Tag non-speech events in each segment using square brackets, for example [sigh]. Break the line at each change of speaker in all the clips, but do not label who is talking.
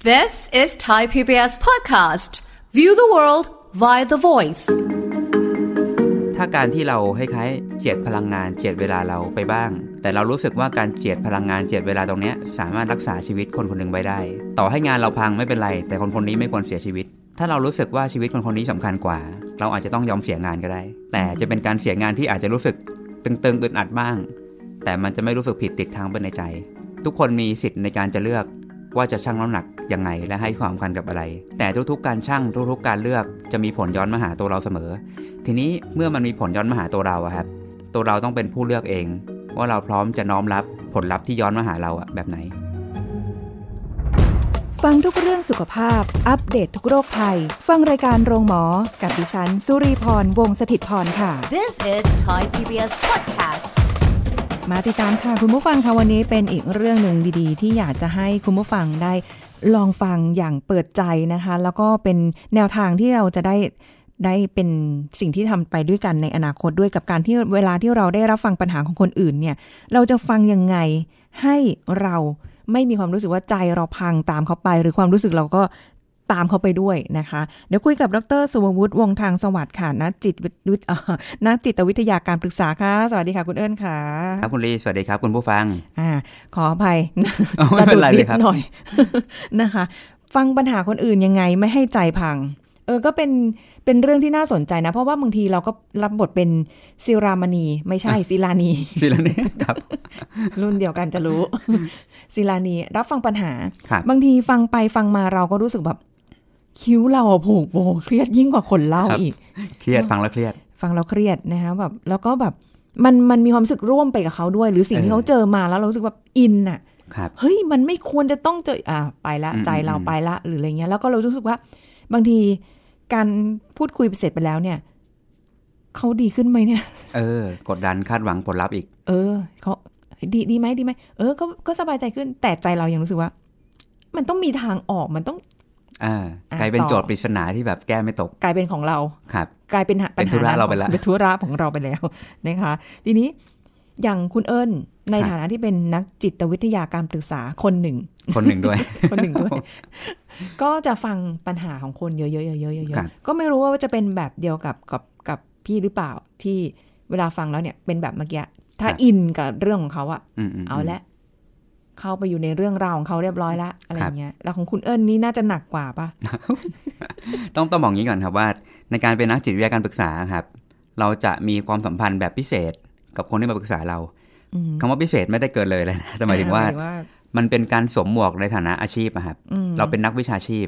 This is Thai PBS podcast. View the world via the voice.
ถ้าการที่เราคล้ายๆเจียดพลังงานเจียดเวลาเราไปบ้าง แต่เรารู้สึกว่าการเจียดพลังงานเจียดเวลาตรงเนี้ยสามารถรักษาชีวิตคนคนหนึ่งไว้ได้ ต่อให้งานเราพังไม่เป็นไร แต่คนคนนี้ไม่ควรเสียชีวิต ถ้าเรารู้สึกว่าชีวิตคนคนนี้สำคัญกว่า เราอาจจะต้องยอมเสียงานก็ได้ แต่จะเป็นการเสียงานที่อาจจะรู้สึกตึงๆอึดอัดบ้าง แต่มันจะไม่รู้สึกผิดติดค้างไปในใจ ทุกคนมีสิทธิ์ในการจะเลือกว่าจะชั่งน้ำหนักยังไงและให้ความสำคัญกับอะไร แต่ทุกๆ การชั่งทุกๆ การเลือกจะมีผลย้อนมาหาตัวเราเสมอ ทีนี้เมื่อมันมีผลย้อนมาหาตัวเราอะครับ ตัวเราต้องเป็นผู้เลือกเอง ว่าเราพร้อมจะน้อมรับผลลัพธ์ที่ย้อนมาหาเราอะแบบไหน
ฟังทุกเรื่องสุขภาพ อัปเดตททุกโรคภัย ฟังรายการโรงหมอ กับดิฉัน สุรีพร วงศิตพรค่ะ
This is Thai PBS podcast.
มาติดตามค่ะ คุณผู้ฟังค่ะวันนี้เป็นอีกเรื่องหนึ่งดีๆ ที่อยากจะให้คุณผู้ฟังได้ลองฟังอย่างเปิดใจนะคะ แล้วก็เป็นแนวทางที่เราจะได้ได้เป็นสิ่งที่ทำไปด้วยกันในอนาคตด้วยกับการที่เวลาที่เราได้รับฟังปัญหาของคนอื่นเนี่ย เราจะฟังยังไงให้เราไม่มีความรู้สึกว่าใจเราพังตามเขาไป หรือความรู้สึกเราก็ ตามเขาไปด้วยนะคะ เดี๋ยวคุยกับดรสุวัฒน์วงศ์ทางสวัสดิ์ค่ะนักจิตวิทย์เอ่อนักจิตวิทยาการปรึกษาค่ะ สวัสดีค่ะคุณเอิญค่ะ
ครับคุณลีสวัสดีครับคุณผู้ฟัง
อ่าขออภัย
อ๋อไม่
[laughs] สะ
เป็
ดุ
น
ด
ไร
นิ
เล
ด
ยครับ
หน่อย นะคะ ฟังปัญหาคนอื่นยังไงไม่ให้ใจพัง เออก็เป็นเป็นเรื่องที่น่าสนใจนะ เพราะว่าบางทีเราก็รับบทเป็นศิรามณีไม่ใช่ ศิลานี
ทีละนี้ครับ
รุ่นเดียวกันจะรู้ [laughs] ศิลานีรับฟังปัญหา
ครับ
บางทีฟังไปฟังมาเราก็รู้สึกแบบ คิ้วเราอะผูกโบเครียดยิ่งกว่าคนเล่า
ครับ
อีก
[laughs] เครียดฟังแล้วเครียด
ฟังเราเครียดนะคะแบบแล้วก็แบบมันมันมีความรู้สึกร่วมไปกับเขาด้วย หรือสิ่งที่
เออ
เขาเจอมาแล้วเรารู้สึกแบบอินอะ
ครับ
เฮ้ยมันไม่ควรจะต้องเจออ่าไปละ
อืม
ใจเรา
อืม
ไปละหรืออะไรเงี้ยแล้วก็เรารู้สึกว่า บางทีการพูดคุยเสร็จไปแล้วเนี่ยเขาดีขึ้นไหมเนี่ย
เออกดดันคาดหวังผลลัพธ์อีก
เออเขาดีดีไหมดีไหมเออก็ก็สบายใจขึ้นแต่ใจเรายังรู้สึกว่า มันต้องมีทางออกมันต้อง
อ่า
อ่ะ
กลายเป็น
ต่อ
โจทย์ปริศนาที่แบบแก้ไม่ตก
กลายเป็นของเรา
ครับ
กลายเป็นหา
เป็นธุระ
ห
เราไปละ
เป็นธุระของเราไปแล้ว นะคะ ทีนี้อย่างคุณเอิญในฐานะที่เป็นนักจิตวิทยาการปรึกษาคนหนึ่ง
คนหนึ่ง [laughs] ด้วย
[laughs] คนหนึ่งด้วย ก็จะฟังปัญหาของคนเยอะๆเยอะๆเย
ครั
อะ
บ
ๆก็ไม่รู้ว่าจะเป็นแบบเดียวกับกับกับพี่หรือเปล่าที่เวลาฟังแล้วเนี่ยเป็นแบบเมื่อกี้ถ้าอินกับเรื่องของเขาอะ
อืมๆๆ
เอาละเข้าไปอยู่ในเรื่องราวของเขาเรียบร้อยละอะไร
ค
อ
รับ
ย่างเงี้ยแล้วของคุณเอิญนี่น่าจะหนักกว่าปะ
ต้องต้องบอกงี้ก่อนครับว่า ในการเป็นนักจิตวิทยาการปรึกษาครับ เราจะมีความสัมพันธ์แบบพิเศษกับคนที่มาปรึกษาเรา
อืม
คำว่าพิเศษไม่ได้เกินเลยเลยนะแต่หมายถึงว่า
อ่ว่า
มันเป็นการสวมหมวกในฐานะอาชีพอะครับ
อืม
เราเป็นนักวิชาชีพ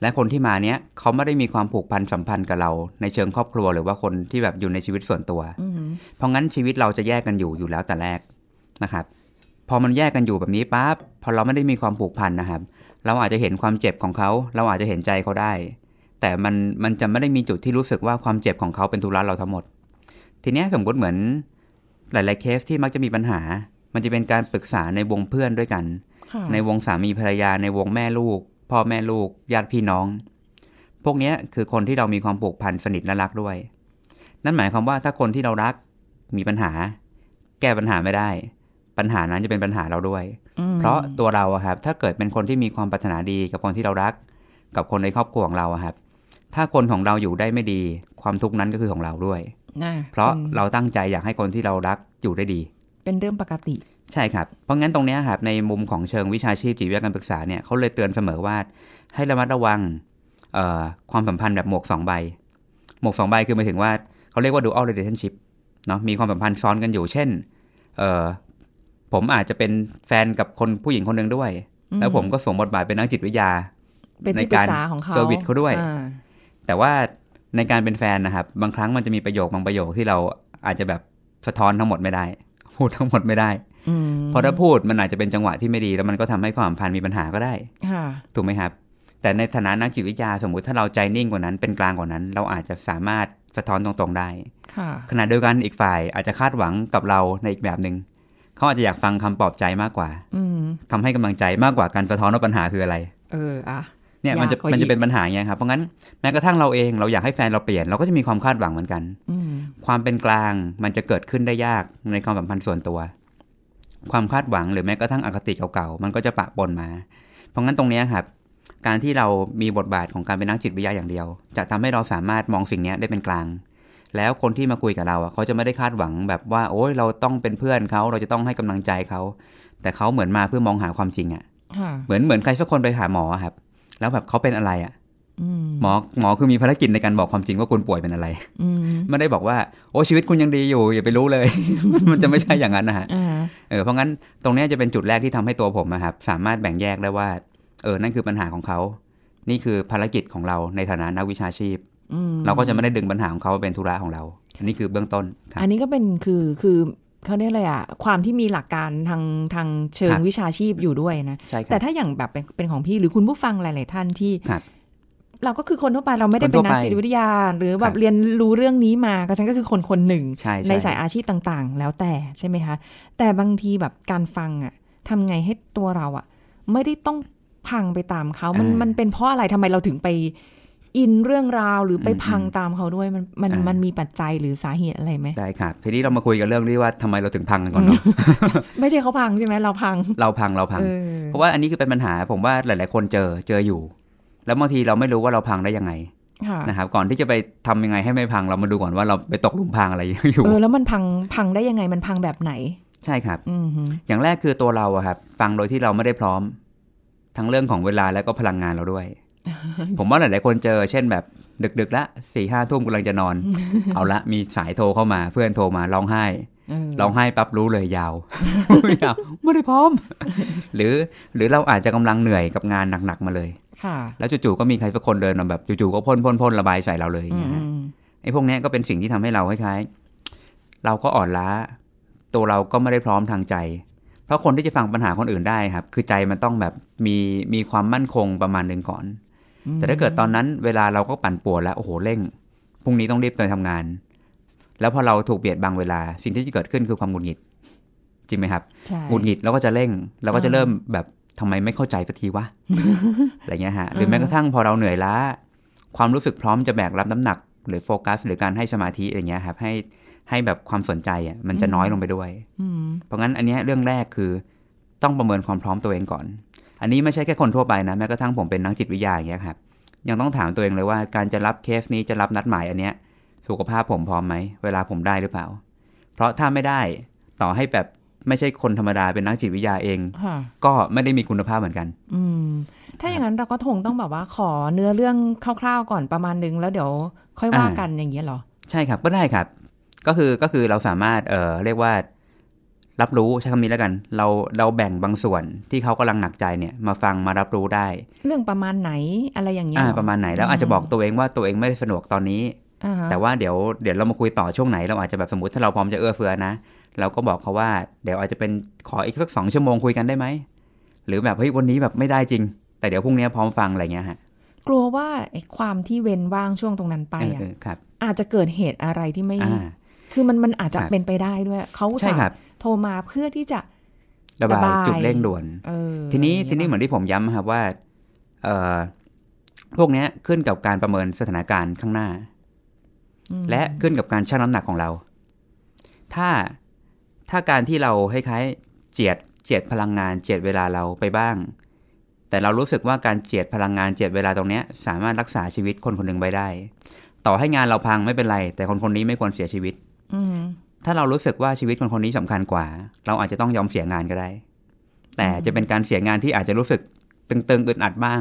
และคนที่มาเนี้ยเขาไม่ได้มีความผูกพันสัมพันธ์กับเรา ในเชิงครอบครัวหรือว่าคนที่แบบอยู่ในชีวิตส่วนตัว
อืม
เพราะงั้นชีวิตเราจะแยกกันอยู่อยู่แล้วแต่แรกนะครับ พอมันแยกกันอยู่แบบนี้ปั๊บพอเราไม่ได้มีความผูกพันนะครับ เราอาจจะเห็นความเจ็บของเขา เราอาจจะเห็นใจเขาได้ แต่มันมันจะไม่ได้มีจุดที่รู้สึกว่าความเจ็บของเขาเป็นทุรัเราทั้งหมด ทีเนี้ยสมมติเหมือนหลาย ๆ เคสที่มักจะมีปัญหา มันจะเป็นการปรึกษาในวงเพื่อนด้วยกัน
ค่ะ
ในวงสามีภรรยาในวงแม่ลูก พ่อแม่ลูก ญาติพี่น้อง พวกเนี้ยคือคนที่เรามีความผูกพันสนิทและรักด้วย นั่นหมายความว่าถ้าคนที่เรารักมีปัญหา แก้ปัญหาไม่ได้ ปัญหานั้นจะเป็นปัญหาเราด้วย
อืม
เพราะตัวเราอะครับถ้าเกิดเป็นคนที่มีความปรารถนาดีกับคนที่เรารัก กับคนในครอบครัวของเราอะครับ ถ้าคนของเราอยู่ได้ไม่ดี ความทุกข์นั้นก็คือของเราด้วย
น่
เพราะ
ป็น
เราตั้งใจอยากให้คนที่เรารักอยู่ได้ดี
เป็นเรื่องปกติ
ใช่ครับ เพราะงั้นตรงเนี้ยครับในมุมของเชิงวิชาชีพจิตวิทยาการปรึกษาเนี่ยเขาเลยเตือนเสมอว่า ให้ระมัดระวังเอ่อความสัมพันธ์แบบหมวกสองใบ หมวกสองใบคือหมายถึงว่าเขาเรียกว่า dual relationship เนาะมีความสัมพันธ์ซ้อนกันอยู่ เช่นเอ่อผมอาจจะเป็นแฟนกับคนผู้หญิงคนหนึ่งด้วย
อืม
แล้วผมก็สวมบทบาทเป็นนักจิตวิทยา
เป็นที่
ใน
ปรึ
กาก ร
ษาของเขา
เซอร์วิสเขาด้วย
อ่า
แต่ว่าในการเป็นแฟนนะครับ บางครั้งมันจะมีประโยคบางประโยคที่เราอาจจะแบบสะท้อนทั้งหมดไม่ได้ [laughs] พูดทั้งหมดไม่ได้
อืม
เพราะถ้าพูดมันอาจจะเป็นจังหวะที่ไม่ดี แล้วมันก็ทำให้ความสัมพันธ์มีปัญหาก็ได้
ค่ะ
ถูกไหมครับ แต่ในฐานะนักจิตวิทยาสมมุติถ้าเราใจนิ่งกว่านั้นเป็นกลางกว่านั้น เราอาจจะสามารถสะท้อนตรงๆได้
ค่ะ
ขณะเดียวกันอีกฝ่ายอาจจะคาดหวังกับเราในอีกแบบหนึง่งเขาอาจจะอยากฟังคำปลอบใจมากกว่า
อืม
คำให้กำลังใจมากกว่าการสะท้อนว่าปัญหาคืออะไร
เอออ่ะ
เนี่ยมันจะ
ยากกว่าอีก
มันจะเป็นปัญหาอย่างเงี้ยครับเพราะงั้นแม้กระทั่งเราเองเราอยากให้แฟนเราเปลี่ยนเราก็จะมีความคาดหวังเหมือนกัน
อืม
ความเป็นกลางมันจะเกิดขึ้นได้ยากในความสัมพันธ์ส่วนตัว ความคาดหวังหรือแม้กระทั่งอคติเก่าๆ มันก็จะปะปนมา เพราะงั้นตรงเนี้ยครับ การที่เรามีบทบาทของการเป็นนักจิตวิทยาอย่างเดียว จะทำให้เราสามารถมองสิ่งเนี้ยได้เป็นกลาง แล้วคนที่มาคุยกับเราอ่ะเขาจะไม่ได้คาดหวังแบบว่า โอ้ยเราต้องเป็นเพื่อนเขาเราจะต้องให้กำลังใจเขา แต่เขาเหมือนมาเพื่อมองหาความจริงอ่ะ
ค่ะ
เหมือนเหมือนใครสักคนไปหาหมออะครับ แล้วแบบเขาเป็นอะไรอ่ะ
อืม
หมอหมอคือมีภารกิจในการบอกความจริงว่าคุณป่วยเป็น
[laughs]
อะไร
อืม
ไม่ได้บอกว่า โอ้ชีวิตคุณยังดีอยู่ อย่าไปรู้เลย [laughs] มันจะไม่ใช่อย่างนั้นนะฮะ
อ่า
เออเพราะงั้นตรงเนี้ยจะเป็นจุดแรกที่ทำให้ตัวผมนะครับ สามารถแบ่งแยกได้ว่า เออนั่นคือปัญหาของเขา นี่คือภารกิจของเราในฐานะนักวิชาชีพ
อืม
เราก็จะไม่ได้ดึงปัญหาของเขาเป็นธุระของเรา อันนี้คือเบื้องต้นครับ
อันนี้ก็เป็นคือคือเขาเรียกอะไรอะความที่มีหลักการทางทางเชิง
ครับ
วิชาชีพอยู่ด้วยนะ
ใช่ค
แต่
รับ
ถ้าอย่างแบบเป็นเป็นของพี่หรือคุณผู้ฟังหลาย ๆ ท่านที่
ครับ
เราก็คือคนทั่วไปเราไม่ได้เป็นนัก
คนทั่วไป
จิตวิทยา หรือแบ
ครับ บ
เรียนรู้เรื่องนี้มาก็ฉันก็คือคนคนหนึ่ง
ใช่ใช่
สายอาชีพต่าง ๆ แล้วแต่ใช่ไหมคะ แต่บางทีแบบการฟังอะทำไงให้ตัวเราอะไม่ได้ต้องพังไปตามเขามัน
อ่ามั
มันเป็นเพราะอะไรทำไมเราถึงไปอินเรื่องราวหรือไป
อืม
พังตามเขาด้วยมันมัน
อ่ามั
มันมีปัจจัยหรือสาเหตุอะไรไหม
ได้ครับทีนี้เรามาคุยกันเรื่องที่ว่าทำไมเราถึงพังกันก่อนเนาะ
ไม่ใช่เขาพังใช่ไหมเราพัง
เราพังเราพัง
เออ
เพราะว่าอันนี้คือเป็นปัญหาผมว่าหลาย ๆ คนเจอเจออยู่ แล้วบางทีเราไม่รู้ว่าเราพังได้ยังไง
ค่ะ
นะครับก่อนที่จะไปทำยังไงให้ไม่พังเรามาดูก่อนว่าเราไปตกหลุมพังอะไรอยู่
เออแล้วมันพังพังได้ยังไงมันพังแบบไหน
ใช่ครับ
อือหือ
อย่างแรกคือตัวเราอะครับฟังโดยที่เราไม่ได้พร้อม ทั้งเรื่องของเวลาแล้วก็พลังงานเรา
[laughs]
ด้วย ผมว่าหลาย ๆ คนเจอ เช่นแบบดึก ๆ ละสี่ห้าทุ่มกำลังจะนอน
[laughs]
เอาละมีสายโทรเข้ามาเพื่อนโทรมาร้องไห้
เออ
ร้องไห้ปั๊บรู้เลยยาว [laughs] ยาวไม่ได้พร้อม [laughs] หรือหรือเราอาจจะกำลังเหนื่อยกับงานหนัก ๆ มาเลย
ค่ะ
แล้วจู่ๆก็มีใครสักคนเดินมาแบบจู่ๆก็พ่นพ่นพ่นระบายใส่เราเลยอย่างเงี้ยฮะ
อืม
ไอ้พวกเนี้ยก็เป็นสิ่งที่ทำให้เราคล้ายๆ เราก็อ่อนล้า ตัวเราก็ไม่ได้พร้อมทางใจ เพราะคนที่จะฟังปัญหาคนอื่นได้ครับ คือใจมันต้องแบบมีมีความมั่นคงประมาณหนึ่งก่อน
อืม
แต่ถ้าเกิดตอนนั้นเวลาเราก็ปั่นป่วนแล้วโอ้โหเร่งพรุ่งนี้ต้องรีบไปทำงาน แล้วพอเราถูกเบียดบังเวลา สิ่งที่จะเกิดขึ้นคือความหงุดหงิด จริงไหมครับ
ใช่
หงุดหงิดแล้วก็จะเร่งเราก็จะ
อ่า
เริ่มแบบทำไมไม่เข้าใจสักที
[laughs]
วะ อะไรเงี้ยฮะหรือ
เออ
แม้กระทั่งพอเราเหนื่อยล้า ความรู้สึกพร้อมจะแบกรับน้ำหนัก หรือโฟกัส หรือการให้สมาธิอะไรเงี้ยครับให้ให้แบบความสนใจอ่ะมันจะน้อยลงไปด้วย
อืม
เพราะงั้นอันเนี้ยเรื่องแรกคือต้องประเมินความพร้อมตัวเองก่อน อันนี้ไม่ใช่แค่คนทั่วไปนะแม้กระทั่งผมเป็นนักจิตวิทยาอย่างเงี้ยครับยังต้องถามตัวเองเลยว่าการจะรับเคสนี้จะรับนัดหมายอันเนี้ยสุขภาพผมพร้อมไหมเวลาผมได้หรือเปล่า เพราะถ้าไม่ได้ต่อให้แบบไม่ใช่คนธรรมดาเป็นนักจิตวิทยาเอง
ค่ะ
ก็ไม่ได้มีคุณภาพเหมือนกัน
อืมถ้าอย่างนั้นเราก็คงต้องแบบว่าขอเนื้อเรื่องคร่าวๆก่อนประมาณนึงแล้วเดี๋ยวค่อยว่า
อ่า
กันอย่างเงี้ยเหรอ
ใช่ครับก็ได้ครับ ก็คือก็คือเราสามารถเอ่อเรียกว่ารับรู้ใช้คำนี้แล้วกัน เราเราแบ่งบางส่วนที่เขากำลังหนักใจเนี่ยมาฟังมารับรู้ได้
เรื่องประมาณไหนอะไรอย่างเงี้ย
อ่า
เหอ
ประมาณไหนแล้วอาจจะบอกตัวเองว่าตัวเองไม่ได้สะดวกตอนนี้
อ่ฮะ
แต่ว่าเดี๋ยวเดี๋ยวเรามาคุยต่อช่วงไหน เราอาจจะแบบสมมติถ้าเราพร้อมจะเอื้อเฟื้อนะ เราก็บอกเขาว่าเดี๋ยวอาจจะเป็นขออีกสักสองชั่วโมงคุยกันได้ไหมหรือแบบเฮ้ยวันนี้แบบไม่ได้จริง แต่เดี๋ยวพรุ่งนี้พร้อมฟังอะไรเงี้ยฮะ
กลัวว่าไอ้ความที่เว้นว่างช่วงตรงนั้นไป
เออ
อะ
เออครับ
อาจจะเกิดเหตุอะไรที่ไม่
อ่า
คือมันมันอาจจะ
ครับ
เป็นไปได้ด้วยเขาอุต
ใช่
ส่าห์
ครับ
โทรมาเพื่อที่จะ
ระบา
ระบาย ย
จุดเร่งด่วน
เออ
ทีนี้
อะไร
ทีนี้
อย่าง
เหมื
เงี้ย
อนที่ผมย้ำครับว่าเอ่อพวกเนี้ยขึ้นกับการประเมินสถานการณ์ข้างหน้า
อืม
และขึ้นกับการชั่งน้ำหนักของเรา ถ้าถ้าการที่เราคล้ายๆเจียดเจียดพลังงาน เจียดเวลาเราไปบ้าง แต่เรารู้สึกว่าการเจียดพลังงานเจียดเวลาตรงเนี้ย สามารถรักษาชีวิตคนคนหนึ่งไว้ได้ ต่อให้งานเราพังไม่เป็นไร แต่คนคนนี้ไม่ควรเสียชีวิต
อืม
ถ้าเรารู้สึกว่าชีวิตคนคนนี้สำคัญกว่า เราอาจจะต้องยอมเสียงานก็ได้ แต่จะเป็นการเสียงานที่อาจจะรู้สึกตึงๆอึดอัดบ้าง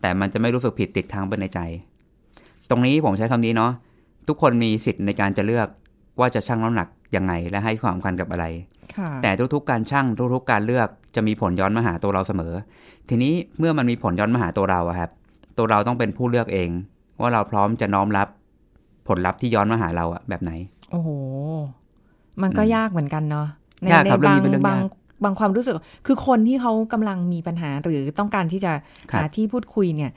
แต่มันจะไม่รู้สึกผิดติดค้างไปในใจ ตรงนี้ผมใช้คำนี้เนาะทุกคนมีสิทธิ์ในการจะเลือกว่าจะชั่งน้ำหนักยังไงและให้ความสำคัญกับอะไร
ค่ะ
แต่ทุกๆการชั่งทุกๆการเลือกจะมีผลย้อนมาหาตัวเราเสมอ ทีนี้เมื่อมันมีผลย้อนมาหาตัวเราอะครับ ตัวเราต้องเป็นผู้เลือกเอง ว่าเราพร้อมจะน้อมรับ ผลลัพธ์ที่ย้อนมาหาเราอะแบบไหน
โอ้โห มันก็ยากเหมือนกันเนาะใน
ยากครับ
ใน
เรื่องนี้เป็นเรื่อง
บาง
ยาก
บางความรู้สึก คือคนที่เขากำลังมีปัญหาหรือต้องการที่จะ
ครับ
หาที่พูดคุยเนี่ย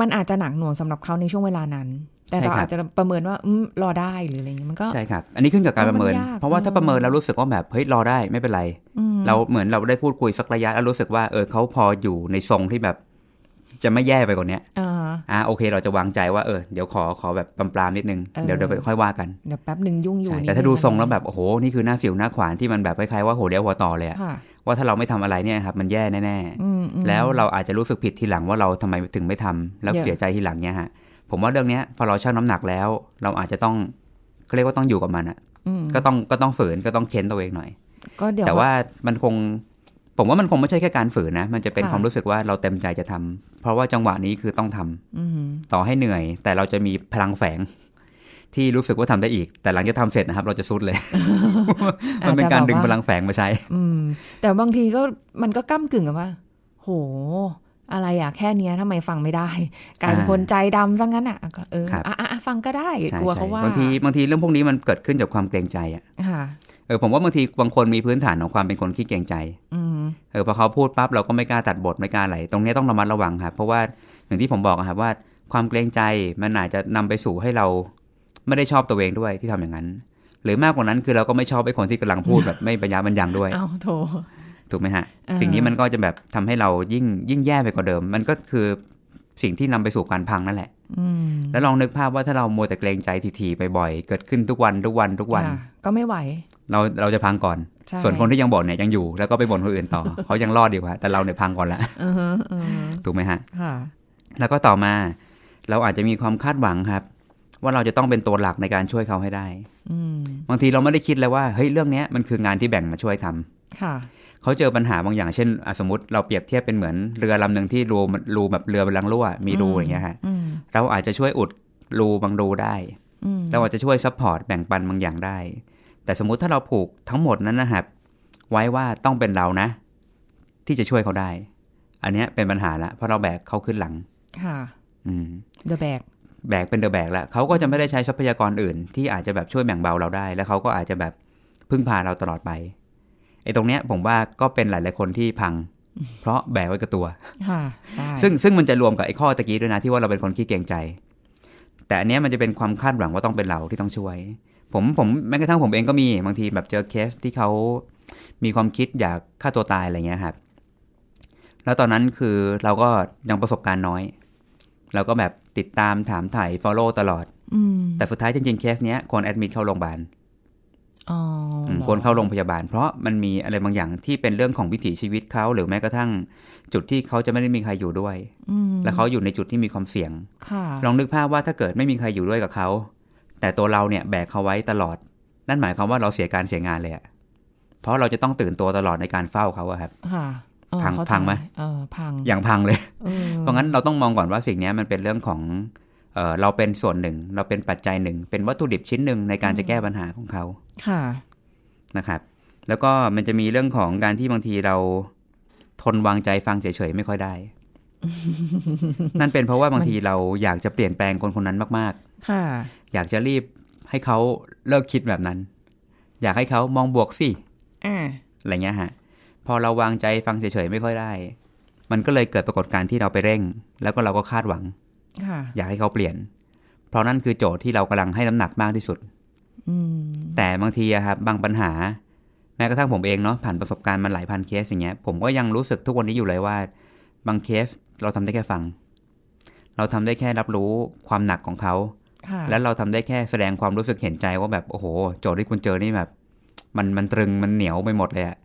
มันอาจจะหนักหน่วงสำหรับเขาในช่วงเวลานั้น แต่
ใช่
เรา
ครับ
อาจจะประเมินว่าอืมรอได้หรืออะไรอย่างเงี้ยมันก็
ใช่ครับ อันนี้ขึ้นกับการประเมิน
มันยาก
เพราะว่า
เออ
ถ้าประเมินแล้วรู้สึกว่าแบบเฮ้ยรอได้ไม่เป็นไร
อืม
เราเหมือนเราได้พูดคุยสักระยะแล้วรู้สึกว่าเออเขาพออยู่ในทรงที่แบบ จะไม่แย่ไปกว่าเนี้ย
อ่า
อ่าโอเค เราจะวางใจว่าเออเดี๋ยวขอขอแบบปลามๆนิดนึง
เออ
เดี๋ยวเดี๋ยวค่อยว่ากัน
เดี๋ยวแป๊บหนึ่งยุ่งอยู่
ใช่
นี่
แต่ถ้าดู
มัน
ทรงแล้วแบบโอ้โหนี่คือหน้าสิวหน้าขวานที่มันแบบคล้ายๆว่าโหเดียวหัวต่อเลยอะ
ค่ะ
ว่าถ้าเราไม่ทำอะไรเนี่ยครับมันแย่แน่
อืมอืม
ๆ แล้วเราอาจจะรู้สึกผิดทีหลังว่าเราทำไมถึงไม่ทำแล้ว
เยอะ
เสียใจทีหลังเนี่ยฮะผมว่าเรื่องเนี้ยพอเราชั่งน้ำหนักแล้ว เราอาจจะต้องเขาเรียกว่าต้องอยู่กับมันอะ
อืม
ก็ต้องก็ต้องฝืนก็ต้องเค้นตัวเองหน่อย
ก็เดี๋ยว
แต่ว่ามันคง ผมว่ามันคงไม่ใช่แค่การฝืนนะ มันจะเป็น
ค่ะ
ความรู้สึกว่าเราเต็มใจจะทำเพราะว่าจังหวะนี้คือต้องทำ
อืม
ต่อให้เหนื่อย แต่เราจะมีพลังแฝง ที่รู้สึกว่าทำได้อีก แต่หลังจากทำเสร็จนะครับ เราจะซุ
[laughs]
ดเลย มันเป็นการดึงพลังแฝงมาใช้
อืม แต่บางทีก็มันก็ก้ากึ่งกับว่า โห อะไรอะแค่เนี้ยทำไมฟังไม่ได้ กลายเป็น
อ่า
คนใจดำซะงั้นอะก็เออ
ครับ
อ่ะอ่ะอ่ะฟังก็ได้
ใช่
กลัว
ใช่
เขาว่า
บางทีบางทีเรื่องพวกนี้มันเกิดขึ้นจากความเกรงใจอ่ะ
ค่ะ
เออผมว่าบางทีบางคนมีพื้นฐานของความเป็นคนขี้เกรงใจ
อืม
เออพอเขาพูดปั๊บเราก็ไม่กล้าตัดบทไม่กล้าอะไรตรงเนี้ยต้องระมัดระวังครับเพราะว่าอย่างที่ผมบอกอะครับว่าความเกรงใจมันอาจจะนำไปสู่ให้เราไม่ได้ชอบตัวเองด้วยที่ทำอย่างนั้น หรือมากกว่านั้นคือเราก็ไม่ชอบไอ้คนที่กำลังพูด
[laughs]
แบบไม่บรรยาบรรยังด้วย
เอาโถ
ถูกไหมฮะ
อ่า
สิ่งนี้มันก็จะแบบทำให้เรายิ่งยิ่งแย่ไปกว่าเดิม มันก็คือสิ่งที่นำไปสู่การพังนั่นแหละ
อืม
แล้วลองนึกภาพว่าถ้าเรามัวแต่เกรงใจทีๆบ่อยๆเกิดขึ้นทุกวันทุกวันทุกวัน
ค่ะก็ไม่ไหว
เราเราจะพังก่อน
ใช่
ส่วนคนที่ยังบ่นเนี่ยยังอยู่แล้วก็ไปบ่นคนอื่นต่ [laughs] อ เขายังรอดดีกว่า แต่เราเนี่ยพังก่อนละ
อือฮึอือฮึ
ถูกไหมฮะ
ค่ะ
แล้วก็ต่อมา เราอาจจะมีความคาดหวังครับ ว่าเราจะต้องเป็นตัวหลักในการช่วยเขาให้ได้
อืม
บางทีเราไม่ได้คิดเลยว่าเฮ้ยเรื่องเนี้ยมันคืองานที่แบ่งมาช่วยทำ
ค่ะ
เขาเจอปัญหาบางอย่างเช่นอ่ะสมมติเราเปรียบเทียบเป็นเหมือนเรือลำหนึ่งที่รูมันรูแบบเรือบรรลังรั่วมีรูอย่างเงี้ยฮะ
อืม
เราอาจจะช่วยอุดรูบางรูได้
อืม
เราอาจจะช่วยซัพพอร์ตแบ่งปันบางอย่างได้ แต่สมมุติถ้าเราผูกทั้งหมดนั้นนะครับ ไว้ว่าต้องเป็นเรานะ ที่จะช่วยเขาได้ อันเนี้ยเป็นปัญหาละเพราะเราแบกเขาขึ้นหลัง
ค่ะ
อืม
The Bag
แบกเป็นเดอะแบกละเขาก็จะไม่ได้ใช้ทรัพยากรอื่น ที่อาจจะแบบช่วยแบ่งเบาเราได้ แล้วเขาก็อาจจะแบบพึ่งพาเราตลอดไปไอ้ตรงเนี้ยผมว่าก็เป็นหลาย ๆ คนที่พัง เพราะแบกไว้กับตัว
ค่ะ ใช่
ซึ่งซึ่งมันจะรวมกับไอ้ข้อตะกี้ด้วยนะที่ว่าเราเป็นคนขี้เกรงใจ แต่อันเนี้ยมันจะเป็นความคาดหวังว่าต้องเป็นเราที่ต้องช่วย ผมผมแม้กระทั่งผมเองก็มีบางทีแบบเจอเคสที่เขามีความคิดอยากฆ่าตัวตายอะไรเงี้ยครับแล้วตอนนั้นคือเราก็ยังประสบการณ์น้อย เราก็แบบติดตามถามไถ่ follow ตลอด
อืม
แต่สุดท้ายจริงๆเคสเนี้ยควรแอดมิดเข้าโรงพยาบาล
อ๋อ
อืมควรเข้าโรงพยาบาล เพราะมันมีอะไรบางอย่างที่เป็นเรื่องของวิถีชีวิตเขาหรือแม้กระทั่งจุดที่เขาจะไม่ได้มีใครอยู่ด้วย
อืม
แล้วเขาอยู่ในจุดที่มีความเสี่ยง
ค่ะ
ลองนึกภาพว่าถ้าเกิดไม่มีใครอยู่ด้วยกับเขา แต่ตัวเราเนี่ยแบกเขาไว้ตลอด นั่นหมายความว่าเราเสียการเสียงานเลยอะเพราะเราจะต้องตื่นตัวตลอดในการเฝ้าเขาอะครับ
ค่ะเออ
พัง
เข้าใจ
พังไหม
เออพัง
อย่างพังเลย
ออ
เพราะงั้นเราต้องมองก่อนว่าสิ่งเนี้ยมันเป็นเรื่องของเออเราเป็นส่วนหนึ่ง เราเป็นปัจจัยหนึ่ง เป็นวัตถุดิบชิ้นหนึ่งในการจะแก้ปัญหาของเขา
ค่ะ
นะครับ แล้วก็มันจะมีเรื่องของการที่บางทีเราทนวางใจฟังเฉยๆไม่ค่อยได้ นั่นเป็นเพราะว่าบางทีเราอยากจะเปลี่ยนแปลงคนคนนั้นมากๆ
ค่ะ
อยากจะรีบให้เขาเลิกคิดแบบนั้น อยากให้เขามองบวกสิ
อ่า
อะไรเงี้ยฮะ พอเราวางใจฟังเฉยๆไม่ค่อยได้ มันก็เลยเกิดปรากฏการณ์ที่เราไปเร่ง แล้วก็เราก็คาดหวัง
ค่ะ
อยากให้เขาเปลี่ยน เพราะนั่นคือโจทย์ที่เรากำลังให้น้ำหนักมากที่สุด
อืม
แต่บางทีอะครับบางปัญหา แม้กระทั่งผมเองเนาะผ่านประสบการณ์มันหลายพันเคสอย่างเงี้ยผมก็ยังรู้สึกทุกวันนี้อยู่เลยว่า บางเคสเราทำได้แค่ฟัง เราทำได้แค่รับรู้ความหนักของเขา
ค่ะ
แล้วเราทำได้แค่แสดงความรู้สึกเห็นใจว่าแบบโอ้โห โจทย์ที่คุณเจอนี่แบบ มันมันตรึงมันเหนียวไปหมดเลยอะ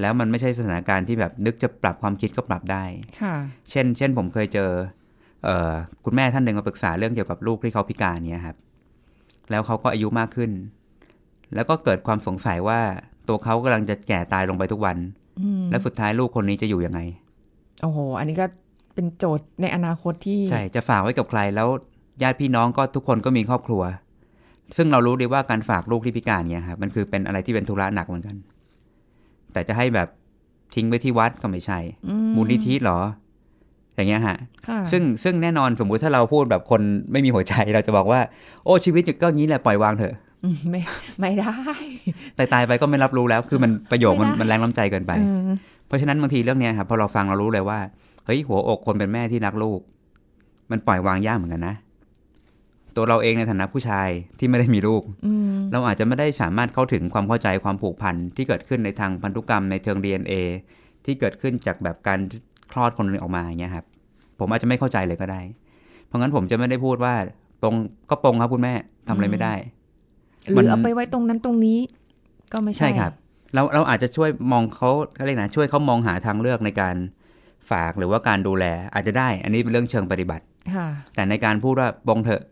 แล้วมันไม่ใช่สถานการณ์ที่แบบนึกจะปรับความคิดก็ปรับได้
ค่ะ
เช่น เช่นผมเคยเจอ เอ่อคุณแม่ท่านหนึ่งมาปรึกษาเรื่องเกี่ยวกับลูกที่เขาพิการเนี่ยครับ แล้วเขาก็อายุมากขึ้น แล้วก็เกิดความสงสัยว่าตัวเขากำลังจะแก่ตายลงไปทุกวัน
อืม
แล้วสุดท้ายลูกคนนี้จะอยู่ยังไง
โอ้โห อันนี้ก็เป็นโจทย์ในอนาคตที่
ใช่ จะฝากไว้กับใครแล้วญาติพี่น้องก็ทุกคนก็มีครอบครัว ซึ่งเรารู้ดีว่าการฝากลูกที่พิการเนี่ยครับมันคือเป็นอะไรที่เป็นธุระหนักเหมือนกัน แต่จะให้แบบทิ้งไว้ที่วัดก็ไม่ใช่
อื
มูลนิธิเหรอ อย่างเงี้ยฮะ
ค่ะ
ซึ่งซึ่งแน่นอนสมมุติถ้าเราพูดแบบคนไม่มีหัวใจเราจะบอกว่า โอ้ชีวิตก็อย่างนี้แหละปล่อยวางเถอะ
อืมไม่ ไม่ได้
แต่ตายไปก็ไม่รับรู้แล้ว คือมันประโยคมันมั
ไม่ได้
นแรงล้ำใจเกินไป
อืม
เพราะฉะนั้นบางทีเรื่องเนี้ยครับพอเราฟังเรารู้เลยว่าเฮ้ยหัวอกคนเป็นแม่ที่รักลูก มันปล่อยวางยากเหมือนกันนะ ตัวเราเองในฐานะผู้ชายที่ไม่ได้มีลูก
อืม
เราอาจจะไม่ได้สามารถเข้าถึงความเข้าใจความผูกพันที่เกิดขึ้นในทางพันธุกรรมในเชิง DNA ที่เกิดขึ้นจากแบบการคลอดคนหนึงออกมาอย่างเงี้ยครับผมอาจจะไม่เข้าใจเลยก็ได้ เพราะงั้นผมจะไม่ได้พูดว่าปรงก็ปรงครับคุณแม่ทำอะไรไม่ได้
ห
มั
รื
น
อเอาไปไว้ตรงนั้นตรงนี้ ก็ไม่ใช่
ครับ เราเราอาจจะช่วยมองเขาเขาเรียกนะช่วยเขามองหาทางเลือกในการฝากหรือว่าการดูแลอาจจะได้ อันนี้เป็นเรื่องเชิงปฏิบัติ
ค่ะ
แต่ในการพูดว่าบงเถอะ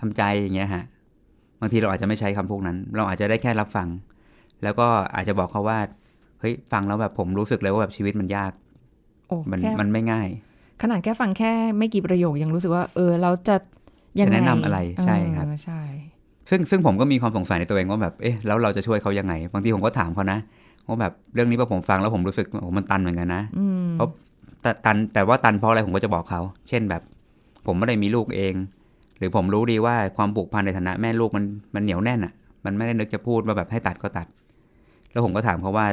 ทำใจอย่างเงี้ยฮะบางทีเราอาจจะไม่ใช้คำพวกนั้น เราอาจจะได้แค่รับฟัง แล้วก็อาจจะบอกเขาว่าเฮ้ยฟังแล้วแบบผมรู้สึกเลยว่าแบบชีวิตมันยาก
โอ้
มัน
แค่
มันไม่ง่าย
ขนาดแค่ฟังแค่ไม่กี่ประโยคยังรู้สึกว่า เออ เราจะยังไง
จะแนะนำอะไรใช่ครับ
เออใช่
ซึ่งซึ่งผมก็มีความสงสัยในตัวเองว่าแบบ เอ๊ะ แล้วเราจะช่วยเขายังไง บางทีผมก็ถามเขานะว่าแบบเรื่องนี้พอผมฟังแล้วผมรู้สึกโอ้โหมันตันเหมือนกันนะ
อืม
เพราะ แต่ตันแต่ว่าตันเพราะอะไรผมก็จะบอกเขา เช่นแบบ ผมไม่ได้มีลูกเอง หรือผมรู้ดีว่าความผูกพันในฐานะแม่ลูกมันมันเหนียวแน่นอะ่ะ มันไม่ได้นึกจะพูดว่าแบบให้ตัดก็ตัด แล้วผมก็ถามเขาว่า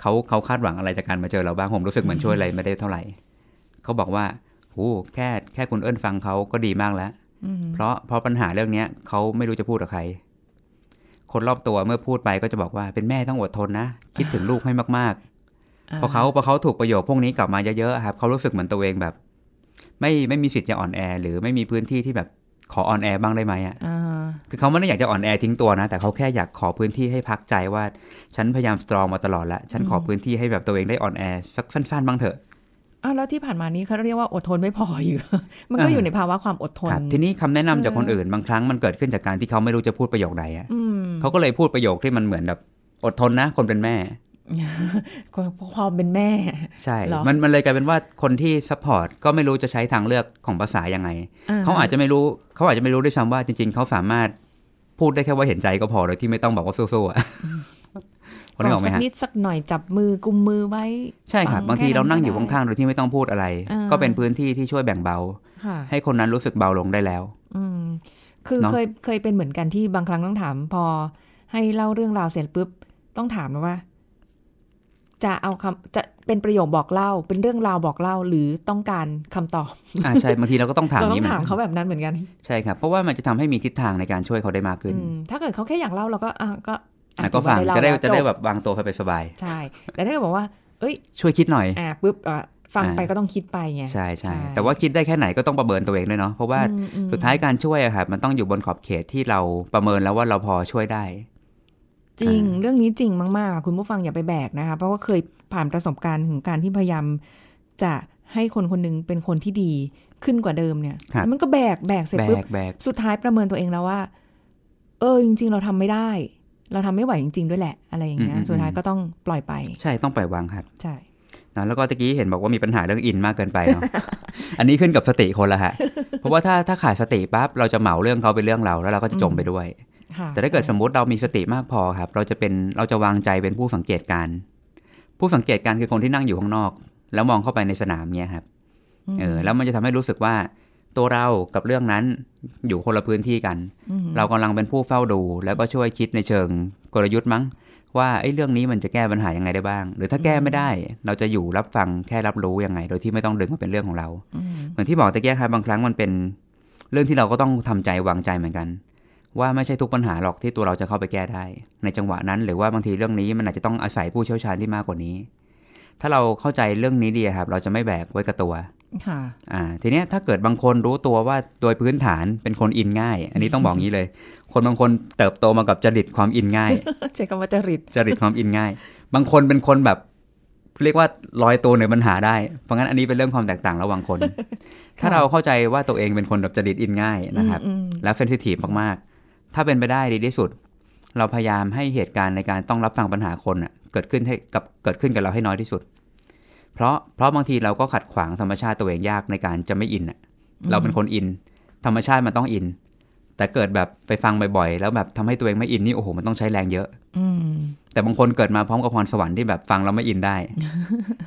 เขาเขาคาดหวังอะไรจากการมาเจอเราบ้างผมรู้สึกเหมือนช่วยอะไรไม่ได้เท่าไหร่เขาบอกว่าโอ้แค่แค่คุณเอิญฟังเขาก็ดีมากแล้ว
อืม
เพราะเพราะปัญหาเรื่องเนี้ยเขาไม่รู้จะพูดกับใคร คนรอบตัวเมื่อพูดไปก็จะบอกว่าเป็นแม่ต้องอดทนนะ คิดถึงลูกให้มากๆพอเขาพอเขาถูกประโยคพวกนี้กลับมาเยอะๆครับเขารู้สึกเหมือนตัวเองแบบ ไม่ไม่มีสิทธิ์จะอ่อนแอ หรือไม่มีพื้นที่ที่แบบขออ่อนแอบ้างได้ไหมอ่ะ
อ่า
คือเขาไม่ได้อยากจะอ่อนแอทิ้งตัวนะ แต่เขาแค่อยากขอพื้นที่ให้พักใจว่า ฉันพยายามสตรองมาตลอดละฉันขอพื้นที่ให้แบบตัวเองได้อ่อนแอสักสั้นๆบ้างเถอะ
อ้าวแล้วที่ผ่านมานี้เขาเรียกว่าอดทนไม่พออยู่ [laughs] มันก็
อ่า
อยู่ในภาวะความอดทน
ครับทีนี้คำแนะนำจากคน
เอออื่
อื่นบางครั้งมันเกิดขึ้นจากการที่เขาไม่รู้จะพูดประโยคใดอะ
อืม
เขาก็เลยพูดประโยคที่มันเหมือนแบบอดทนนะ คนเป็นแม่
ความเป็นแม่
ใช่
เหรอ
มันมันเลยกลายเป็นว่าคนที่ซัพพอร์ตก็ไม่รู้จะใช้ทางเลือกของภาษายังไง เขาอาจจะไม่รู้เขาอาจจะไม่รู้ด้วยซ้ำว่าจริง ๆ เขาสามารถพูดได้แค่ว่าเห็นใจก็พอโดยที่ไม่ต้องบอกว่าสู้ๆอ่ะ [laughs] คนนี้
ก
อ
อ
อก
ด
ไหม
สัก
ฮะ
นิดสักหน่อยจับมือกุมมือไว้
ใช่ครับ
ฟัง
บางที
แค่
เรานั่ง
นั้นก็
อยู่
ได้
ข้างๆโดยที่ไม่ต้องพูดอะไร
อ่า
ก็เป็นพื้นที่ที่ช่วยแบ่งเบา
ค่ะ
ให้คนนั้นรู้สึกเบาลงได้แล้ว
อืมคือ
เนอะ
เคยเคยเป็นเหมือนกันที่บางครั้งต้องถาม พอให้เล่าเรื่องราวเสร็จปุ๊บต้องถามว่า จะเอาคำจะเป็นประโยคบอกเล่า เป็นเรื่องราวบอกเล่าหรือต้องการคำตอบ
อ่าใช่บางทีเราก็ต้องถาม
เราต้
นี้
อง
เหมือ
ถาม
นกั
เขา
น
แบบนั้นเหมือนกัน
ใช่ครับเพราะว่ามันจะทำให้มีทิศทางในการช่วยเขาได้มากขึ้น
อืมถ้าเกิดเขาแค่อยากเล่าเราก็อ่ะก็อ่ะ
อ่ะก็ฟัง
ถือว่า
จะได้
เล่า
จะได้
ล้ว
แบบวางตัวไปสบาย
ใช่ แต่ถ้าเกิดบอกว่า เอ้ย
[laughs] ๆช่วยคิดหน่อย
อ่ะปุ๊บอ่ะฟัง
อ่า
ไปก็ต้องคิดไปไง
ใช่ใช่
ใช่
แต่ว่าคิดได้แค่ไหนก็ต้องประเมินตัวเองด้วยเนาะเพราะว่า
อืมอืม
สุดท้ายการช่วยอะครับมันต้องอยู่บนขอบเขตที่เราประเมินแล้วว่าเราพอช่วยได้
จริง
อ่า
เรื่องนี้จริงมากๆค่ะคุณผู้ฟังอย่าไปแบกนะคะ เพราะว่าเคยผ่านประสบการณ์ถึงการที่พยายามจะให้คนคนหนึงเป็นคนที่ดีขึ้นกว่าเดิมเนี่ยแล้วมันก็แบกแบกเสร็จ
แบ
ปุ๊บ
กแบก
สุดท้ายประเมินตัวเองแล้วว่า เออจริง ๆ เราทำไม่ได้ เราทำไม่ไหวจริง ๆ ด้วยแหละ อะไรอย่างเงี้ยสุดท้ายก็ต้องปล่อยไป
ใช่ต้องปล่อยวางครับ
ใช่
นะแล้วก็ตะกี้เห็นบอกว่ามีปัญหาเรื่องอินมากเกินไปเนาะ [laughs] อันนี้ขึ้นกับสติคนละฮะ เพราะว่าถ้าถ้าขาดสติปั๊บเราจะเหมาเรื่องเขาเป็นเรื่องเราแล้วเราก็จะจมไปด้วย
ค่ะ
แต่ถ้าเกิดสมมติเรามีสติมากพอครับ เราจะเป็นเราจะวางใจเป็นผู้สังเกตการณ์ผู้สังเกตการณ์คือคนที่นั่งอยู่ข้างนอก แล้วมองเข้าไปในสนามเนี้ยครับ เออแล้วมันจะทำให้รู้สึกว่าตัวเรากับเรื่องนั้นอยู่คนละพื้นที่กัน เรากำลังเป็นผู้เฝ้าดู แล้วก็ช่วยคิดในเชิงกลยุทธ์มั้ง ว่าไอ้เรื่องนี้มันจะแก้ปัญหายังไงได้บ้าง หรือถ้าแก้ไม่ได้ เราจะอยู่รับฟังแค่รับรู้ยังไง โดยที่ไม่ต้องดึงมาเป็นเรื่องของเรา
อืม
เหมือนที่บอกตะเกียครับบางครั้งมันเป็นเรื่องที่เราก็ต้องทำใจวางใจเหมือนกัน ว่าไม่ใช่ทุกปัญหาหรอกที่ตัวเราจะเข้าไปแก้ได้ ในจังหวะนั้น หรือว่าบางทีเรื่องนี้มันอาจจะต้องอาศัยผู้เชี่ยวชาญที่มากกว่านี้ ถ้าเราเข้าใจเรื่องนี้ดีครับ เราจะไม่แบกไว้กับตัว
ค่ะ [laughs]
อ่าทีเนี้ยถ้าเกิดบางคนรู้ตัวว่าโดยพื้นฐานเป็นคนอินง่าย อันนี้ต้องบอกงี้เลย คนบางคนเติบโตมากับจริตความอินง่าย
ใช้คำว่าจริต
จริตความอินง่าย บางคนเป็นคนแบบเรียกว่าลอยตัวเหนือปัญหาได้ เพราะงั้นอันนี้เป็นเรื่องความแตกต่างระหว่างคน
[laughs]
ถ้าเราเข้าใจว่าตัวเองเป็นคนแบบจริตอินง่ายนะครับ
อืมอืม
แล้วเซนซิทีฟมากๆ ถ้าเป็นไปได้ดีที่สุด เราพยายามให้เหตุการณ์ในการต้องรับฟังปัญหาคนน่ะเกิดขึ้นให้กับเกิดขึ้นกับเราให้น้อยที่สุด เพราะเพราะบางทีเราก็ขัดขวางธรรมชาติตัวเองยากในการจะไม่อินน่ะเราเป็นคนอิน ธรรมชาติมันต้องอิน แต่เกิดแบบไปฟังบ่อยๆ แล้วแบบทำให้ตัวเองไม่อินนี่โอ้โหมันต้องใช้แรงเยอะ
อืม
แต่บางคนเกิดมาพร้อมกับพรสวรรค์ที่แบบฟังแล้วไม่อินได้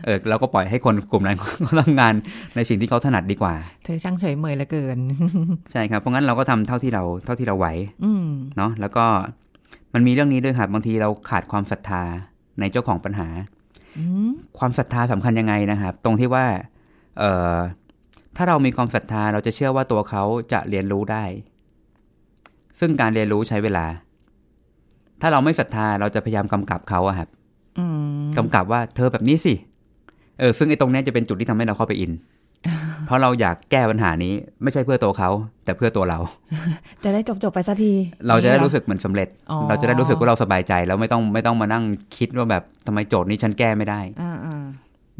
เออเราก็ปล่อยให้คนกลุ่มนั้น [laughs] เขาทำงานในสิ่งที่เขาถนัดดีกว่า
เธอช่างเฉยเมยเหลือเกิน
ใช่ครับเพราะงั้นเราก็ทำเท่าที่เราเท่าที่เราไหว
อืม
เนาะแล้วก็มันมีเรื่องนี้ด้วยครับบางทีเราขาดความศรัทธาในเจ้าของปัญหา
อืม
ความศรัทธาสำคัญยังไงนะครับ ตรงที่ว่าเอ่อถ้าเรามีความศรัทธาเราจะเชื่อว่าตัวเขาจะเรียนรู้ได้ ซึ่งการเรียนรู้ใช้เวลา ถ้าเราไม่ศรัทธาเราจะพยายามกำกับเขาอะครับ
อืม
กำกับว่าเธอแบบนี้สิ เออซึ่งไอ้ตรงเนี้ยจะเป็นจุดที่ทำให้เราเข้าไปอิน พ ราะเราอยากแก้ปัญหานี้ ไม่ใช่เพื่อตัวเขา แต่เพื่อตัวเรา
จะได้จบจบๆไปสักที
เราจะได้
อย่ง
รู้
งี้ยหอ
สึกเหมือนสำเร็จ
อ๋อ
เราจะได้รู้สึกว่าเราสบายใจ แล้วไม่ต้องไม่ต้องมานั่งคิดว่าแบบทำไมโจทย์นี้ฉันแก้ไม่ได้
อ่าอ่า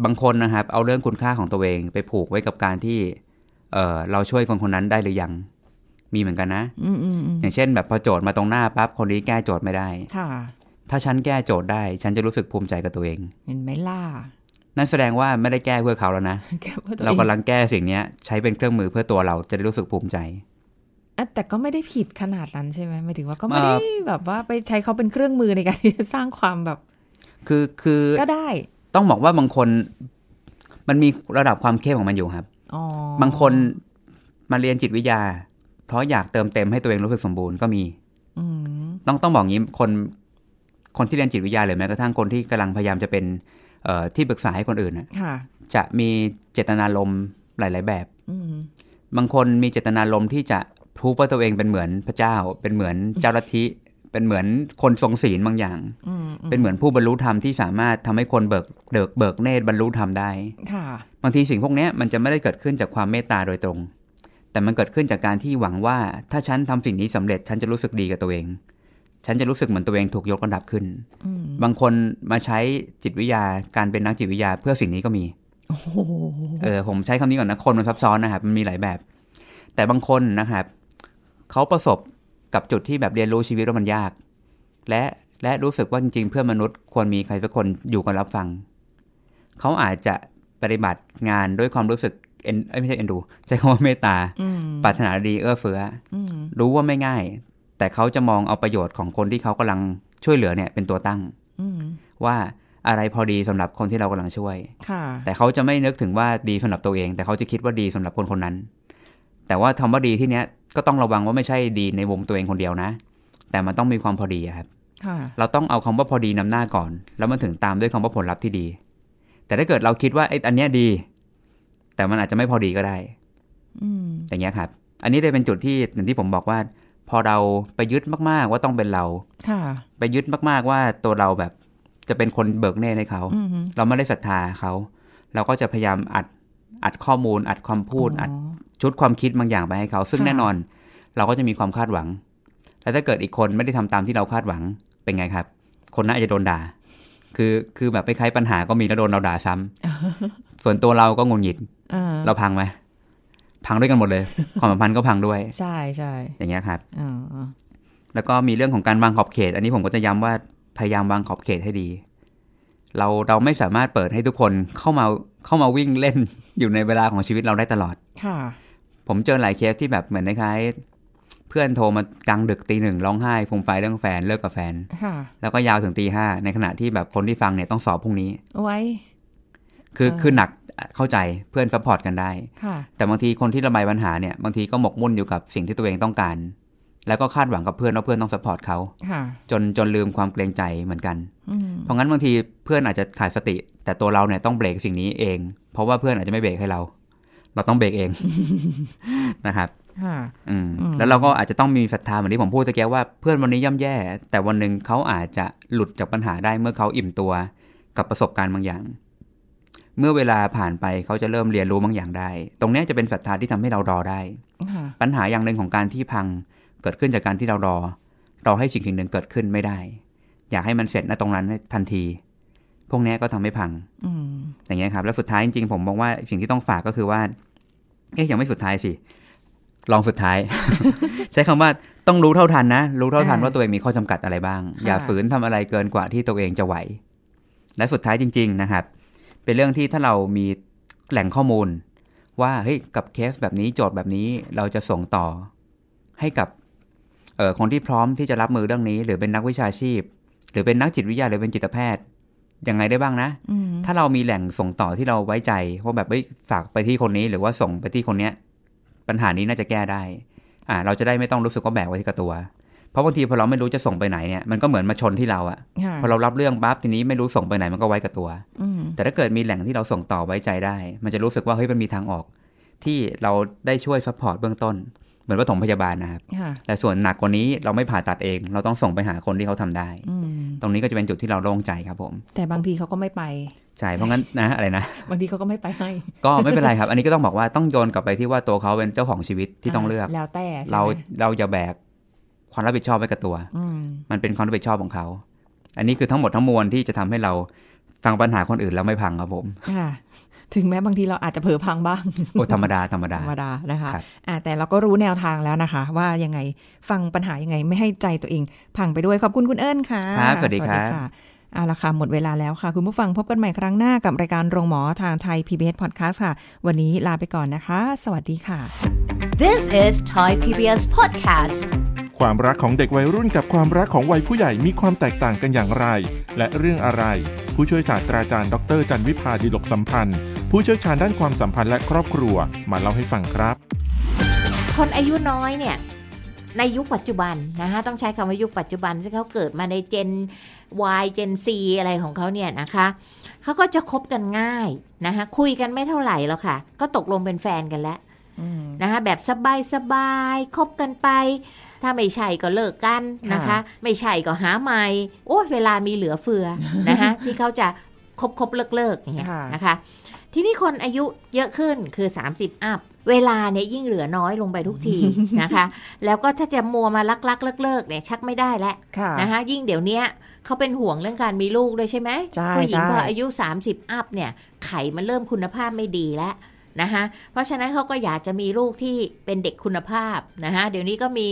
บางคนนะครับ เอาเรื่องคุณค่าของตัวเองไปผูกไว้กับการที่เออเราช่วยคนคนนั้นได้หรือยัง มีเหมือนกันนะ
อืมอืมอืม
อย่างเช่น แบบพอโจทย์มาตรงหน้าปั๊บคนนี้แก้โจทย์ไม่ได้
ค่ะ
ถ้าฉันแก้โจทย์ได้ ฉันจะรู้สึกภูมิใจกับตัวเอง
เห็นไหมล่ะ [laughs]
นั่นแสดงว่าไม่ได้แก้เพื่อเขาแล้วนะ
แกพูดตัว
เรา
อง
กำลังแก้สิ่งเนี้ย ใช้เป็นเครื่องมือเพื่อตัวเราจะได้รู้สึกภูมิใจ
อ่ะแต่ก็ไม่ได้ผิดขนาดนั้นใช่ไหมหมายถึงว่าก็ไม่ได้
เอ่
แบบว่าไปใช้เขาเป็นเครื่องมือในการที่จะสร้างความแบบ
คือคือ
ก็ได้
ต้องบอกว่าบางคน มันมีระดับความเข้มของมันอยู่ครับ
อ๋อบ
างคนมาเรียนจิตวิทยา เพราะอยากเติมเต็มให้ตัวเองรู้สึกสมบูรณ์ก็มี
อืม
ต้องต้องบอกงี้คนคนที่เรียนจิตวิทยาหรือแม้กระทั่งคนที่กำลังพยายามจะเป็นเอ่อที่ปรึกษาให้คนอื่นน่ะ
ค่ะ
จะมีเจตนารมณ์หลาย ๆ แบบ
อืม
บางคนมีเจตนารมณ์ที่จะพูดว่าตัวเองเป็นเหมือนพระเจ้า เป็นเหมือนเจ้าลัทธิ เป็นเหมือนคนทรงศีลบางอย่าง
อืมอืม
เป็นเหมือนผู้บรรลุธรรมที่สามารถทำให้คนเบิกเบิกเบิกเนตรบรรลุธรรมได้
ค่ะ
บางทีสิ่งพวกเนี้ยมันจะไม่ได้เกิดขึ้นจากความเมตตาโดยตรง แต่มันเกิดขึ้นจากการที่หวังว่า ถ้าฉันทำสิ่งนี้สำเร็จฉันจะรู้สึกดีกับตัวเอง ฉันจะรู้สึกเหมือนตัวเองถูกยกระดับขึ้น
อืม
บางคนมาใช้จิตวิทยาการเป็นนักจิตวิทยาเพื่อสิ่งนี้ก็มี
โอ้โห
เออผมใช้คำนี้ก่อนนะคนมันซับซ้อนนะครับมันมีหลายแบบ แต่บางคนนะครับเขาประสบกับจุดที่แบบเรียนรู้ชีวิตว่ามันยาก และและรู้สึกว่าจริงๆ เพื่อนมนุษย์ควรมีใครสักคนอยู่กันรับฟัง เขาอาจจะปฏิบัติงานด้วยความรู้สึกเอ็นเอ้ยไม่ใช่เอ็นดู ใช้คำว่าเมตตา
อืม
ปรารถนาดีเอื้อเฟื้อ
อืม
รู้ว่าไม่ง่าย แต่เขาจะมองเอาประโยชน์ของคนที่เขากำลังช่วยเหลือเนี่ยเป็นตัวตั้ง
อืม
ว่าอะไรพอดีสำหรับคนที่เรากำลังช่วย
ค่ะ
แต่เขาจะไม่นึกถึงว่าดีสำหรับตัวเอง แต่เขาจะคิดว่าดีสำหรับคนคนนั้น แต่ว่าคำว่าดีที่เนี้ยก็ต้องระวังว่าไม่ใช่ดีในวงตัวเองคนเดียวนะ แต่มันต้องมีความพอดีอะครับ
ค่ะ
เราต้องเอาคำว่าพอดีนำหน้าก่อน แล้วมันถึงตามด้วยคำว่าผลลัพธ์ที่ดี แต่ถ้าเกิดเราคิดว่าไอ้อันเนี้ยดี แต่มันอาจจะไม่พอดีก็ได้
อืม
อย่างเงี้ยครับ อันนี้เลยเป็นจุดที่อย่างที่ผมบอกว่า พอเราไปยึดมากๆ ว่าต้องเป็นเรา
ค่ะ
ไปยึดมากๆว่าตัวเราแบบจะเป็นคนเบิกเน่ให้เขา
อืม
เราไม่ได้ศรัทธาเขา เราก็จะพยายามอัดอัดข้อมูล อัดความพูด อัด
อ๋อ
ชุดความคิดบางอย่างไปให้เขา ซึ่ง
ค่ะ
แน่นอน เราก็จะมีความคาดหวัง แต่ถ้าเกิดอีกคนไม่ได้ทำตามที่เราคาดหวังเป็นไงครับ คนนั้นอาจจะโดนด่า คือคือแบบคล้ายๆปัญหาก็มีแล้วโดนเราด่าซ้ำ [laughs] ส่วนตัวเราก็งุนหงิด
อ่า
เราพังไหมพังด้วยกันหมดเลย ความสัมพันธ์ก็พังด้วย
ใช่ใช่
อย่างเงี้ยครับ
อ่า
แล้วก็มีเรื่องของการวางขอบเขต อันนี้ผมก็จะย้ำว่าพยายามวางขอบเขตให้ดี เราเราไม่สามารถเปิดให้ทุกคนเข้ามาเข้ามาวิ่งเล่น อยู่ในเวลาของชีวิตเราได้ตลอด
ค่ะ
ผมเจอหลายเคสที่แบบเหมือนคล้ายๆเพื่อนโทรมากลางดึกตีหนึ่งร้องไห้ฟูมไฟายเรื่องแฟนเลิกกับแฟน
ค่ะ
แล้วก็ยาวถึงตีห้าในขณะที่แบบคนที่ฟังเนี่ยต้องสอบพรุ่งนี้
ไว้
คือ
เออ
คือหนักเข้าใจเพื่อนซัพพอร์ตกันได้
ค่ะ
แต่บางทีคนที่ระบายปัญหาเนี่ยบางทีก็หมกมุ่นอยู่กับสิ่งที่ตัวเองต้องการ แล้วก็คาดหวังกับเพื่อนว่าเพื่อนต้องซัพพอร์ตเขา
ค่ะ
จนจนลืมความเกรงใจเหมือนกัน
อืม
เพราะงั้นบางทีเพื่อนอาจจะขาดสติ แต่ตัวเราเนี่ยต้องเบรกสิ่งนี้เอง เพราะว่าเพื่อนอาจจะไม่เบรกให้เรา เราต้องเบรกเอง [laughs] นะครับ
ค่ะ
อืม
อืม
แล้วเราก็อาจจะต้องมีศรัทธาเหมือนที่ผมพูดตะแกว่าเพื่อนวันนี้ย่ำแย่ แต่วันหนึ่งเขาอาจจะหลุดจากปัญหาได้เมื่อเขาอิ่มตัวกับประสบการณ์บางอย่าง เมื่อเวลาผ่านไปเขาจะเริ่มเรียนรู้บางอย่างได้ ตรงเนี้ยจะเป็นศรัทธาที่ทำให้เรารอได้
ค่ะ
ปัญหาอย่างหนึ่งของการที่พังเกิดขึ้นจากการที่เรารอรอให้สิ่งสิ่งหนึ่งเกิดขึ้นไม่ได้ อยากให้มันเสร็จณตรงนั้นทันที พวกเนี้ยก็ทำให้พัง
อืม
อย่างเงี้ยครับ แล้วสุดท้ายจริงๆผมมองว่าสิ่งที่ต้องฝากก็คือว่า เอ๊ยยังไม่สุดท้ายสิ ลองสุดท้าย [laughs] ใช้คำว่าต้องรู้เท่าทันนะ รู้เท่าทันว่าตัวเองมีข้อจำกัดอะไรบ้าง อย่าฝืนทำอะไรเกินกว่าที่ตัวเองจะไหว และสุดท้ายจริง ๆ นะครับ เป็นเรื่องที่ถ้าเรามีแหล่งข้อมูล ว่าเฮ้ยกับเคสแบบนี้โจทย์แบบนี้เราจะส่งต่อ ให้กับเอ่อคนที่พร้อมที่จะรับมือเรื่องนี้ หรือเป็นนักวิชาชีพ หรือเป็นนักจิตวิทยาหรือเป็นจิตแพทย์ยังไงได้บ้างนะ
อืม
ถ้าเรามีแหล่งส่งต่อที่เราไว้ใจว่าแบบเอ้ยฝากไปที่คนนี้หรือว่าส่งไปที่คนเนี้ย ปัญหานี้น่าจะแก้ได้ อ่า เราจะได้ไม่ต้องรู้สึกว่าแบกไว้ที่กับตัว เพราะบางทีพอเราไม่รู้จะส่งไปไหนเนี่ยมันก็เหมือนมาชนที่เราอะ
ค่ะ
พอเรารับเรื่องปั๊บทีนี้ไม่รู้ส่งไปไหนมันก็ไว้กับตัว
อืม
แต่ถ้าเกิดมีแหล่งที่เราส่งต่อไว้ใจได้ มันจะรู้สึกว่าเฮ้ยมันมีทางออก ที่เราได้ช่วยซัพพอร์ตเบื้องต้น เหมือนปฐมพยาบาลนะครับ
ค่ะ
แต่ส่วนหนักกว่านี้เราไม่ผ่าตัดเอง เราต้องส่งไปหาคนที่เขาทำได้
อืม
ตรงนี้ก็จะเป็นจุดที่เราโล่งใจครับผม
แต่บางทีเขาก็ไม่ไป [laughs]
ใช่เพราะงั้นนะอะไรนะ
บางทีเขาก็ไม่ไปให้
ก็ไม่เป็นไรครับ อันนี้ก็ต้องบอกว่าต้องโยนกลับไปที่ว่าตัวเขาเป็นเจ้าของชีวิตที่ต้องเลือก
แล้วแต่ใช่ไหม
เราเราอย่าแบกความรับผิดชอบไว้กับตัว
อืม
มันเป็นความรับผิดชอบของเขา อันนี้คือทั้งหมดทั้งมวลที่จะทำให้เราฟังปัญหาคนอื่นแล้วไม่พังครับผม
ค่ะถึงแม้บางทีเราอาจจะเผลอพังบ้าง
โอ้ธรรมดาธรรมดา
ธรรมดานะคะ
ครับ
อ่าแต่เราก็รู้แนวทางแล้วนะคะ ว่ายังไงฟังปัญหายังไงไม่ให้ใจตัวเองพังไปด้วย ขอบคุณคุณเอิญค่ะ
ครับสวัสดีครับ
ค่ะเอาละค่ะ หมดเวลาแล้วค่ะ คุณผู้ฟังพบกันใหม่ครั้งหน้ากับรายการโรงหมอทางไทย PBS Podcast ค่ะ วันนี้ลาไปก่อนนะคะ สวัสดีค่ะ
This is Thai PBS Podcast.
ความรักของเด็กวัยรุ่นกับความรักของวัยผู้ใหญ่มีความแตกต่างกันอย่างไร และเรื่องอะไร ผู้ช่วยศาสตราจารย์ดรจันวิพาดิลกสัมพันธ์ ผู้เชี่ยวชาญด้านความสัมพันธ์และครอบครัวมาเล่าให้ฟังครับ
คนอายุน้อยเนี่ยในยุคปัจจุบันนะคะต้องใช้คำว่ายุคปัจจุบันซึ่งเขาเกิดมาในเจน Y เจน C อะไรของเขาเนี่ยนะคะเขาก็จะคบกันง่ายนะคะคุยกันไม่เท่าไหร่แล้วค่ะ ก็ตกลงเป็นแฟนกันแล้ว
อืม
นะคะแบบสบายสบายๆคบกันไป ถ้าไม่ใช่ก็เลิกกันนะคะ
ค่ะ
ไม่ใช่ก็หาใหม่โอ้ยเวลามีเหลือเฟือ นะคะที่เขาจะคบคบเลิกเลิกๆอย่างเงี้ย
ค่ะ
นะคะ ทีนี้คนอายุเยอะขึ้นคือ 30 อัพ เวลาเนี่ยยิ่งเหลือน้อยลงไปทุกที นะคะ แล้วก็ถ้าจะมัวมาลักลักเลิกเลิกๆเนี่ยชักไม่ได้แล้ว
ค่ะ
นะคะ ยิ่งเดี๋ยวเนี้ยเขาเป็นห่วงเรื่องการมีลูกด้วยใช่ไหม
ใช่
ผู้หญิง
ใช่
พออายุ 30 อัพเนี่ยไข่มันเริ่มคุณภาพไม่ดีแล้วนะคะเพราะฉะนั้นเขาก็อยากจะมีลูกที่เป็นเด็กคุณภาพนะคะเดี๋ยวนี้ก็มี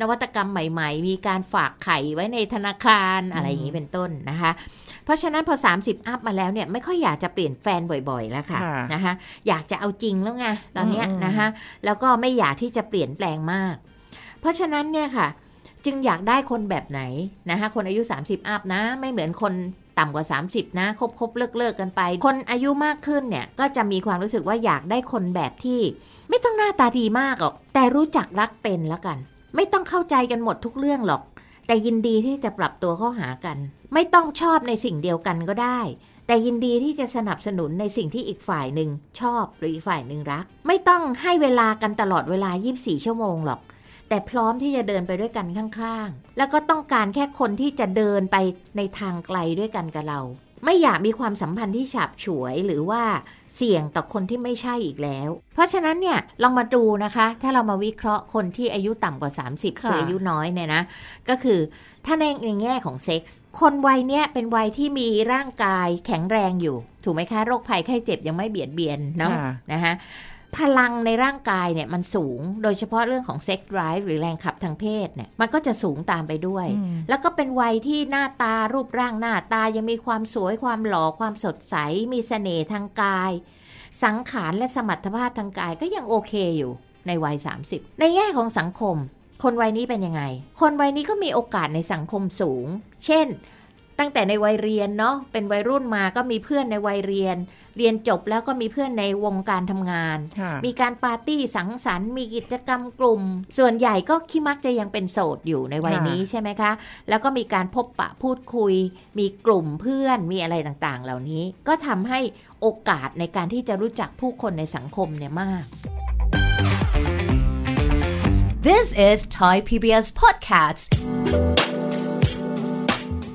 นวัตกรรมใหม่ ๆ มีการฝากไข่ไว้ในธนาคารอะไรอย่างนี้เป็นต้นนะคะ เพราะฉะนั้นพอ 30 อัพมาแล้วเนี่ยไม่ค่อยอยากจะเปลี่ยนแฟนบ่อยๆ แล้วค่ะ
ค่ะ
นะคะอยากจะเอาจริงแล้วไงตอนเนี้ย
อืม
นะคะแล้วก็ไม่อยากที่จะเปลี่ยนแปลงมาก เพราะฉะนั้นเนี่ยค่ะ จึงอยากได้คนแบบไหนนะคะคนอายุ 30 อัพนะ ไม่เหมือนคนต่ำกว่า 30 นะคบคบเลิกเลิกๆกันไป คนอายุมากขึ้นเนี่ยก็จะมีความรู้สึกว่าอยากได้คนแบบที่ ไม่ต้องหน้าตาดีมากหรอก แต่รู้จักรักเป็นแล้วกัน ไม่ต้องเข้าใจกันหมดทุกเรื่องหรอก แต่ยินดีที่จะปรับตัวเข้าหากัน ไม่ต้องชอบในสิ่งเดียวกันก็ได้ แต่ยินดีที่จะสนับสนุนในสิ่งที่อีกฝ่ายหนึ่งชอบหรืออีกฝ่ายหนึ่งรัก ไม่ต้องให้เวลากันตลอดเวลา 24 ชั่วโมงหรอก แต่พร้อมที่จะเดินไปด้วยกันข้างๆ แล้วก็ต้องการแค่คนที่จะเดินไปในทางไกลด้วยกันกับเรา ไม่อยากมีความสัมพันธ์ที่ฉาบฉวยหรือว่าเสี่ยงต่อคนที่ไม่ใช่อีกแล้ว เพราะฉะนั้นเนี่ยลองมาดูนะคะ ถ้าเรามาวิเคราะห์คนที่อายุต่ำกว่า 30คือ
ค่ะ
อายุน้อยเนี่ยนะ ก็คือถ้าในในแง่ของเซ็กส์คนวัยเนี้ยเป็นวัยที่มีร่างกายแข็งแรงอยู่ ถูกไหมคะโรคภัยไข้เจ็บยังไม่เบียดเบียนเนาะ
ค่ะ
นะคะพลังในร่างกายเนี่ยมันสูงโดยเฉพาะเรื่องของเซ็กซ์ไ v e หรือแรงขับทางเพศเนี่ยมันก็จะสูงตามไปด้วย
อืม
แล้วก็เป็นวัยที่หน้าตารูปร่างหน้าตายังมีความสวยความหล่อความสดใส มีเสน่ห์ทางกาย สังขารและสมรรถภาพทางกายก็ยังโอเคอยู่ในวัย 30 ในแง่ของสังคม คนวัยนี้เป็นยังไง คนวัยนี้ก็มีโอกาสในสังคมสูง เช่น ตั้งแต่ในวัยเรียนเนาะเป็นวัยรุ่นมาก็มีเพื่อนในวัยเรียน เรียนจบแล้วก็มีเพื่อนในวงการทำงาน
ค่ะ
มีการปาร์ตี้สังสรรค์ มีกิจกรรมกลุ่ม ส่วนใหญ่ก็คิดมักจะยังเป็นโสดอยู่ในวัย
ค่ะ
นี้ใช่ไหมคะ แล้วก็มีการพบปะพูดคุย มีกลุ่มเพื่อนมีอะไรต่างๆ เหล่านี้ ก็ทำให้โอกาสในการที่จะรู้จักผู้คนในสังคมเนี่ยมาก
This is Thai PBS Podcast